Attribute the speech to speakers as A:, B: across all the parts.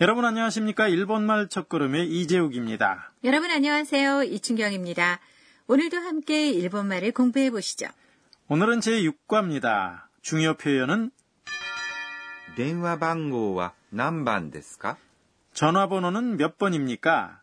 A: 여러분 안녕하십니까? 일본말 첫걸음의 이재욱입니다.
B: 여러분 안녕하세요. 이춘경입니다. 오늘도 함께 일본말을 공부해 보시죠.
A: 오늘은 제6과입니다. 중요 표현은
C: 電話番号は何番ですか
A: 전화번호는 몇 번입니까?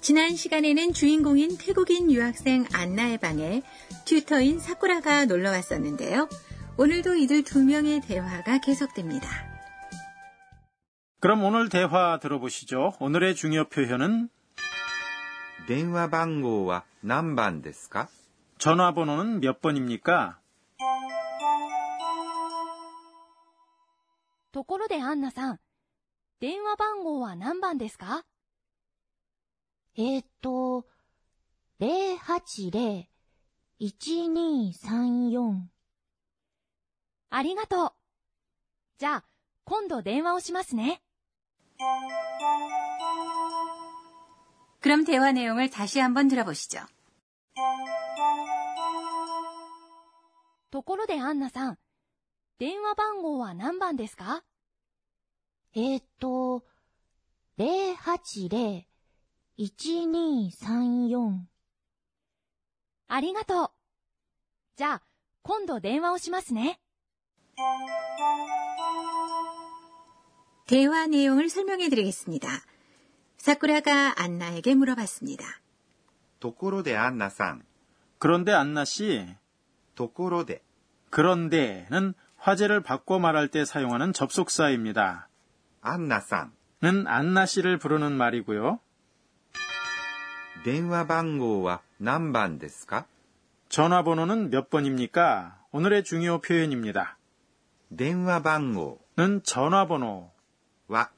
B: 지난 시간에는 주인공인 태국인 유학생 안나의 방에 튜터인 사쿠라가 놀러 왔었는데요. 오늘도 이들 두 명의 대화가 계속됩니다.
A: 그럼 오늘 대화 들어보시죠. 오늘의 중요 표현은
C: 電話番号は何番ですか
A: 전화번호는 몇 번입니까?
D: ところでアンナさん、電話番号は何番ですかえー、っと、080-1234。ありがとう。じゃあ、今度電話をしますね。
B: 그럼 대화 내용을 다시 한번 들어보시죠.
D: ところでアンナさん、電話番号は何番ですかえー、っと、080-1234。ありがとう。じゃあ、今度電話をしますね。
B: 대화 내용을 설명해 드리겠습니다. 사쿠라가 안나에게 물어봤습니다.
C: ところでアンナさん、
A: 그런데 안나 씨,
C: ところで
A: 그런데는 화제를 바꿔 말할 때 사용하는 접속사입니다.
C: アンナさん、
A: 는 안나 씨를 부르는 말이고요.
C: 電話番号は何番ですか
A: 전화번호는 몇 번입니까? 오늘의 중요 표현입니다.
C: 電話番号
A: 는 전화번호는
C: は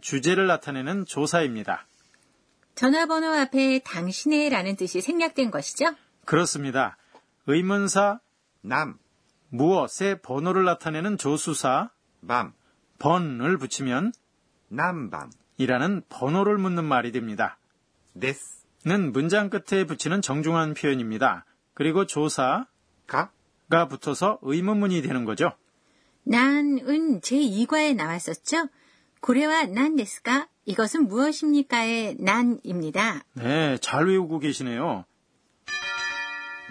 A: 주제를 나타내는 조사입니다.
B: 전화번호 앞에 당신의 라는 뜻이 생략된 것이죠?
A: 그렇습니다. 의문사
C: 何
A: 무엇의 번호를 나타내는 조수사
C: 番
A: 번을 붙이면
C: 何番
A: 이라는 번호를 묻는 말이 됩니다.
C: です
A: 는 문장 끝에 붙이는 정중한 표현입니다. 그리고 조사가
C: か
A: 붙어서 의문문이 되는 거죠.
B: 난은 제2과에 나왔었죠? 고래와 난 데스까? 이것은 무엇입니까의 난입니다.
A: 네, 잘 외우고 계시네요.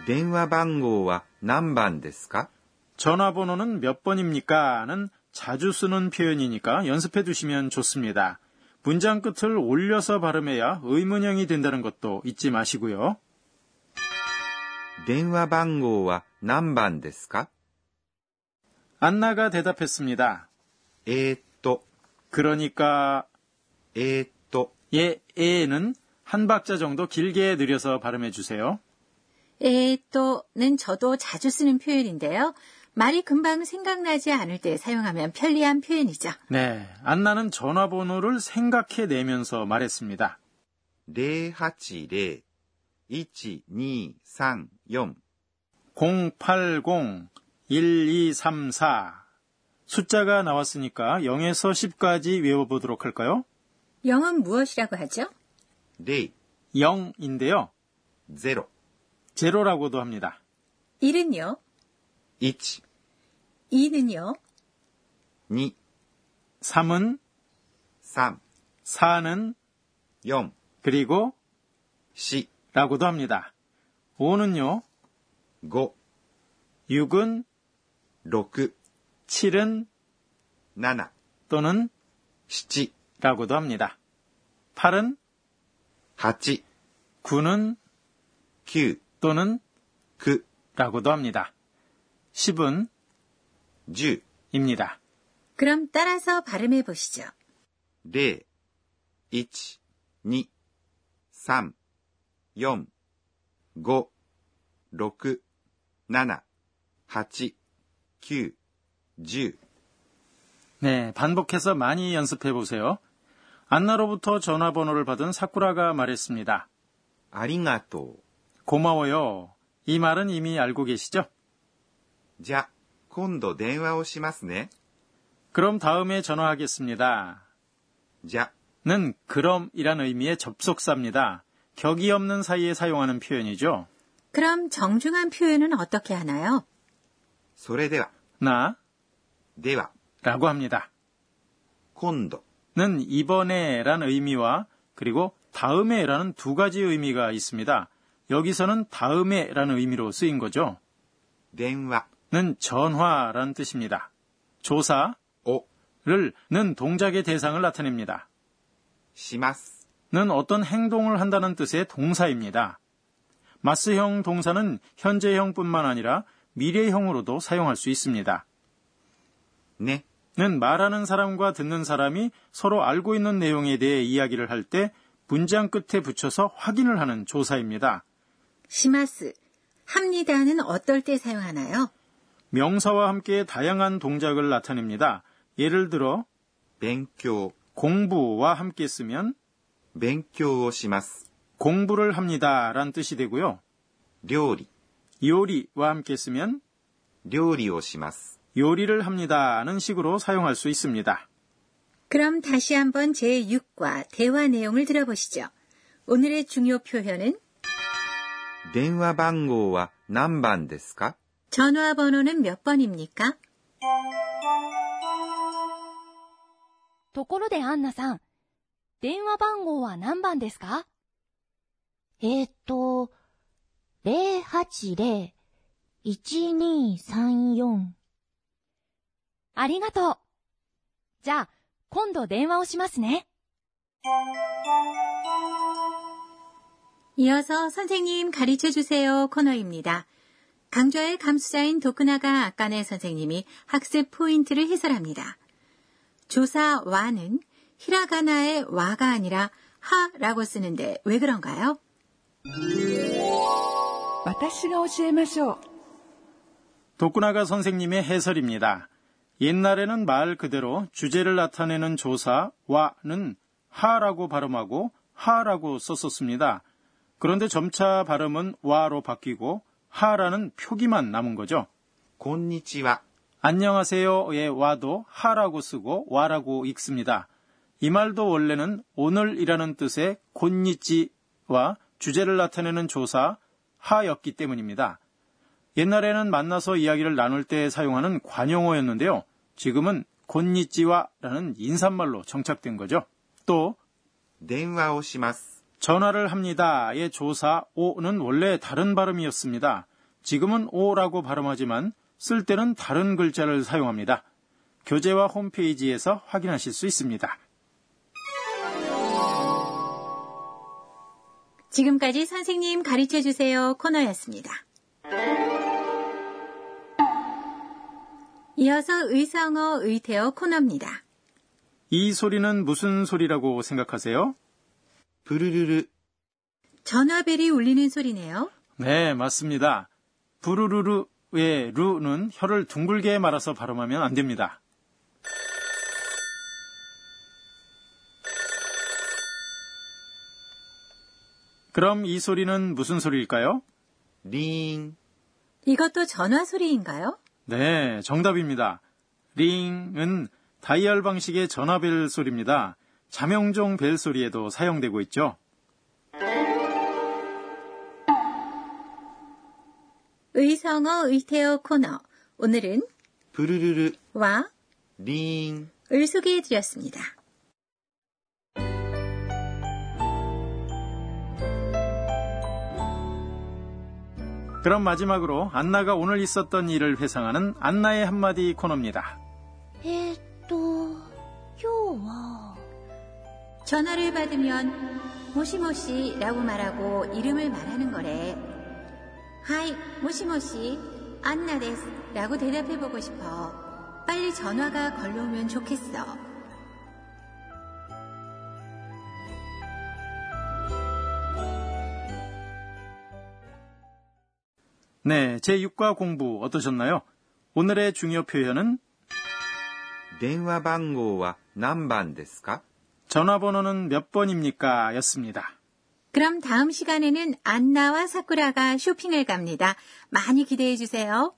C: 電話番号は何番ですか
A: 전화번호는 몇 번입니까?는 자주 쓰는 표현이니까 연습해 두시면 좋습니다. 문장 끝을 올려서 발음해야 의문형이 된다는 것도 잊지 마시고요.
C: 電話番号は何番ですか
A: 안나가 대답했습니다.
C: えー、っと、
A: 그러니까
C: えー、っと、
A: 예, 에는 한 박자 정도 길게 늘려서 발음해 주세요.
B: 에, 또는 저도 자주 쓰는 표현인데요. 말이 금방 생각나지 않을 때 사용하면 편리한 표현이죠.
A: 네, 안나는 전화번호를 생각해 내면서 말했습니다.
C: 080-1234
A: 080-1234 숫자가 나왔으니까 0에서 10까지 외워보도록 할까요?
B: 영은 무엇이라고 하죠?
C: 0
A: 0인데요.
C: 0
A: 제로라고도 합니다.
B: 1은요?
C: 1
B: 2는요?
C: 2
A: 3은,
C: 3
A: 4는,
C: 4
A: 그리고
C: 4
A: 라고도 합니다. 5는요.
C: 5
A: 6은,
C: 6
A: 7은
C: 7
A: 또는
C: 7
A: 라고도 합니다. 8은,
C: 8
A: 9는
C: 9
A: 또는
C: 9
A: 라고도 합니다. 10은
C: 10
A: 입니다.
B: 그럼 따라서 발음해 보시죠.
C: 0 1 2 3 4 5 6 7 8 9 10
A: 네, 반복해서 많이 연습해 보세요. 안나로부터 전화번호를 받은 사쿠라가 말했습니다.
C: ありがと
A: 고마워요. 이 말은 이미 알고 계시죠?
C: う。じゃ、今度電話をしますね。
A: 그럼 다음에 전화하겠습니다.
C: じゃ、
A: 는 그럼이란 의미의 접속사입니다. 격이 없는 사이에 사용하는 표현이죠.
B: 그럼 정중한 표현은 어떻게 하나요?
C: それでは、
A: 나
C: では、
A: 라고 합니다.
C: 今度、
A: 는 이번에라는 의미와 그리고 다음에라는 두 가지 의미가 있습니다. 여기서는 다음에라는 의미로 쓰인 거죠.
C: 電話
A: 는 전화라는 뜻입니다. 조사를
C: を
A: 는 동작의 대상을 나타냅니다.
C: します。
A: 는 어떤 행동을 한다는 뜻의 동사입니다. 마스형 동사는 현재형뿐만 아니라 미래형으로도 사용할 수 있습니다.
C: ね、
A: 는 말하는 사람과 듣는 사람이 서로 알고 있는 내용에 대해 이야기를 할 때 문장 끝에 붙여서 확인을 하는 조사입니다.
B: 시마스. 합니다는 어떨 때 사용하나요?
A: 명사와 함께 다양한 동작을 나타냅니다. 예를 들어
C: 勉強、
A: 공부와 함께 쓰면
C: 勉強をします。
A: 공부를 합니다란 뜻이 되고요.
C: 料理、
A: 요리와 함께 쓰면
C: 料理をします。
A: 요리를 합니다는 식으로 사용할 수 있습니다.
B: 그럼 다시 한번 제6과 대화 내용을 들어보시죠. 오늘의 중요 표현은
C: 電話番号は何番ですか
B: 전화번호는 몇 번입니까?
D: ところでアンナさん、電話番号は何番ですかえっと、080-1234。ありがとう。じゃあ、今度電話をしますね。
B: 이어서 선생님 가르쳐 주세요 코너입니다. 강좌의 감수자인 도쿠나가 아까네 선생님이 학습 포인트를 해설합니다. 조사 와는 히라가나의 와가 아니라 하라고 쓰는데 왜 그런가요?
E: 私が教えましょう
A: 도쿠나가 선생님의 해설입니다. 옛날에는 말 그대로 주제를 나타내는 조사 와는 하라고 발음하고 하라고 썼었습니다. 그런데 점차 발음은 와로 바뀌고 하라는 표기만 남은 거죠.
C: こんにちは、
A: 안녕하세요의 예, 와도 하라고 쓰고 와라고 읽습니다. 이 말도 원래는 오늘이라는 뜻의 곤니찌와 주제를 나타내는 조사 하였기 때문입니다. 옛날에는 만나서 이야기를 나눌 때 사용하는 관용어였는데요. 지금은 곤니찌와라는 인사말로 정착된 거죠. 또
C: 電話をします。
A: 전화를 합니다의 조사 오는 원래 다른 발음이었습니다. 지금은 오라고 발음하지만 쓸 때는 다른 글자를 사용합니다. 교재와 홈페이지에서 확인하실 수 있습니다.
B: 지금까지 선생님 가르쳐 주세요 코너였습니다. 이어서 의성어 의태어 코너입니다.
A: 이 소리는 무슨 소리라고 생각하세요?
C: プルルル、
B: 전화벨이 울리는 소리네요.
A: 네, 맞습니다. 부르르르의 루는 혀를 둥글게 말아서 발음하면 안 됩니다. 그럼 이 소리는 무슨 소리일까요?
C: リーン、
B: 이것도 전화 소리인가요?
A: 네, 정답입니다. 링은 다이얼 방식의 전화벨 소리입니다. 자명종 벨 소리에도 사용되고 있죠.
B: 의성어 의태어 코너. 오늘은
C: プルルル、
B: 와,
C: リーン。
B: 을 소개해 드렸습니다.
A: 그럼 마지막으로 안나가 오늘 있었던 일을 회상하는 안나의 한마디 코너입니다.
D: えっと、今日は、
B: 전화를 받으면 모시모시라고 말하고 이름을 말하는 거래. 하이, 모시모시, 안나 데스 라고 대답해 보고 싶어. 빨리 전화가 걸려오면 좋겠어.
A: 네, 제6과 공부 어떠셨나요? 오늘의 중요 표현은
C: 電話番号は何番ですか
A: 전화번호는 몇 번입니까? 였습니다.
B: 그럼 다음 시간에는 안나와 사쿠라가 쇼핑을 갑니다. 많이 기대해 주세요.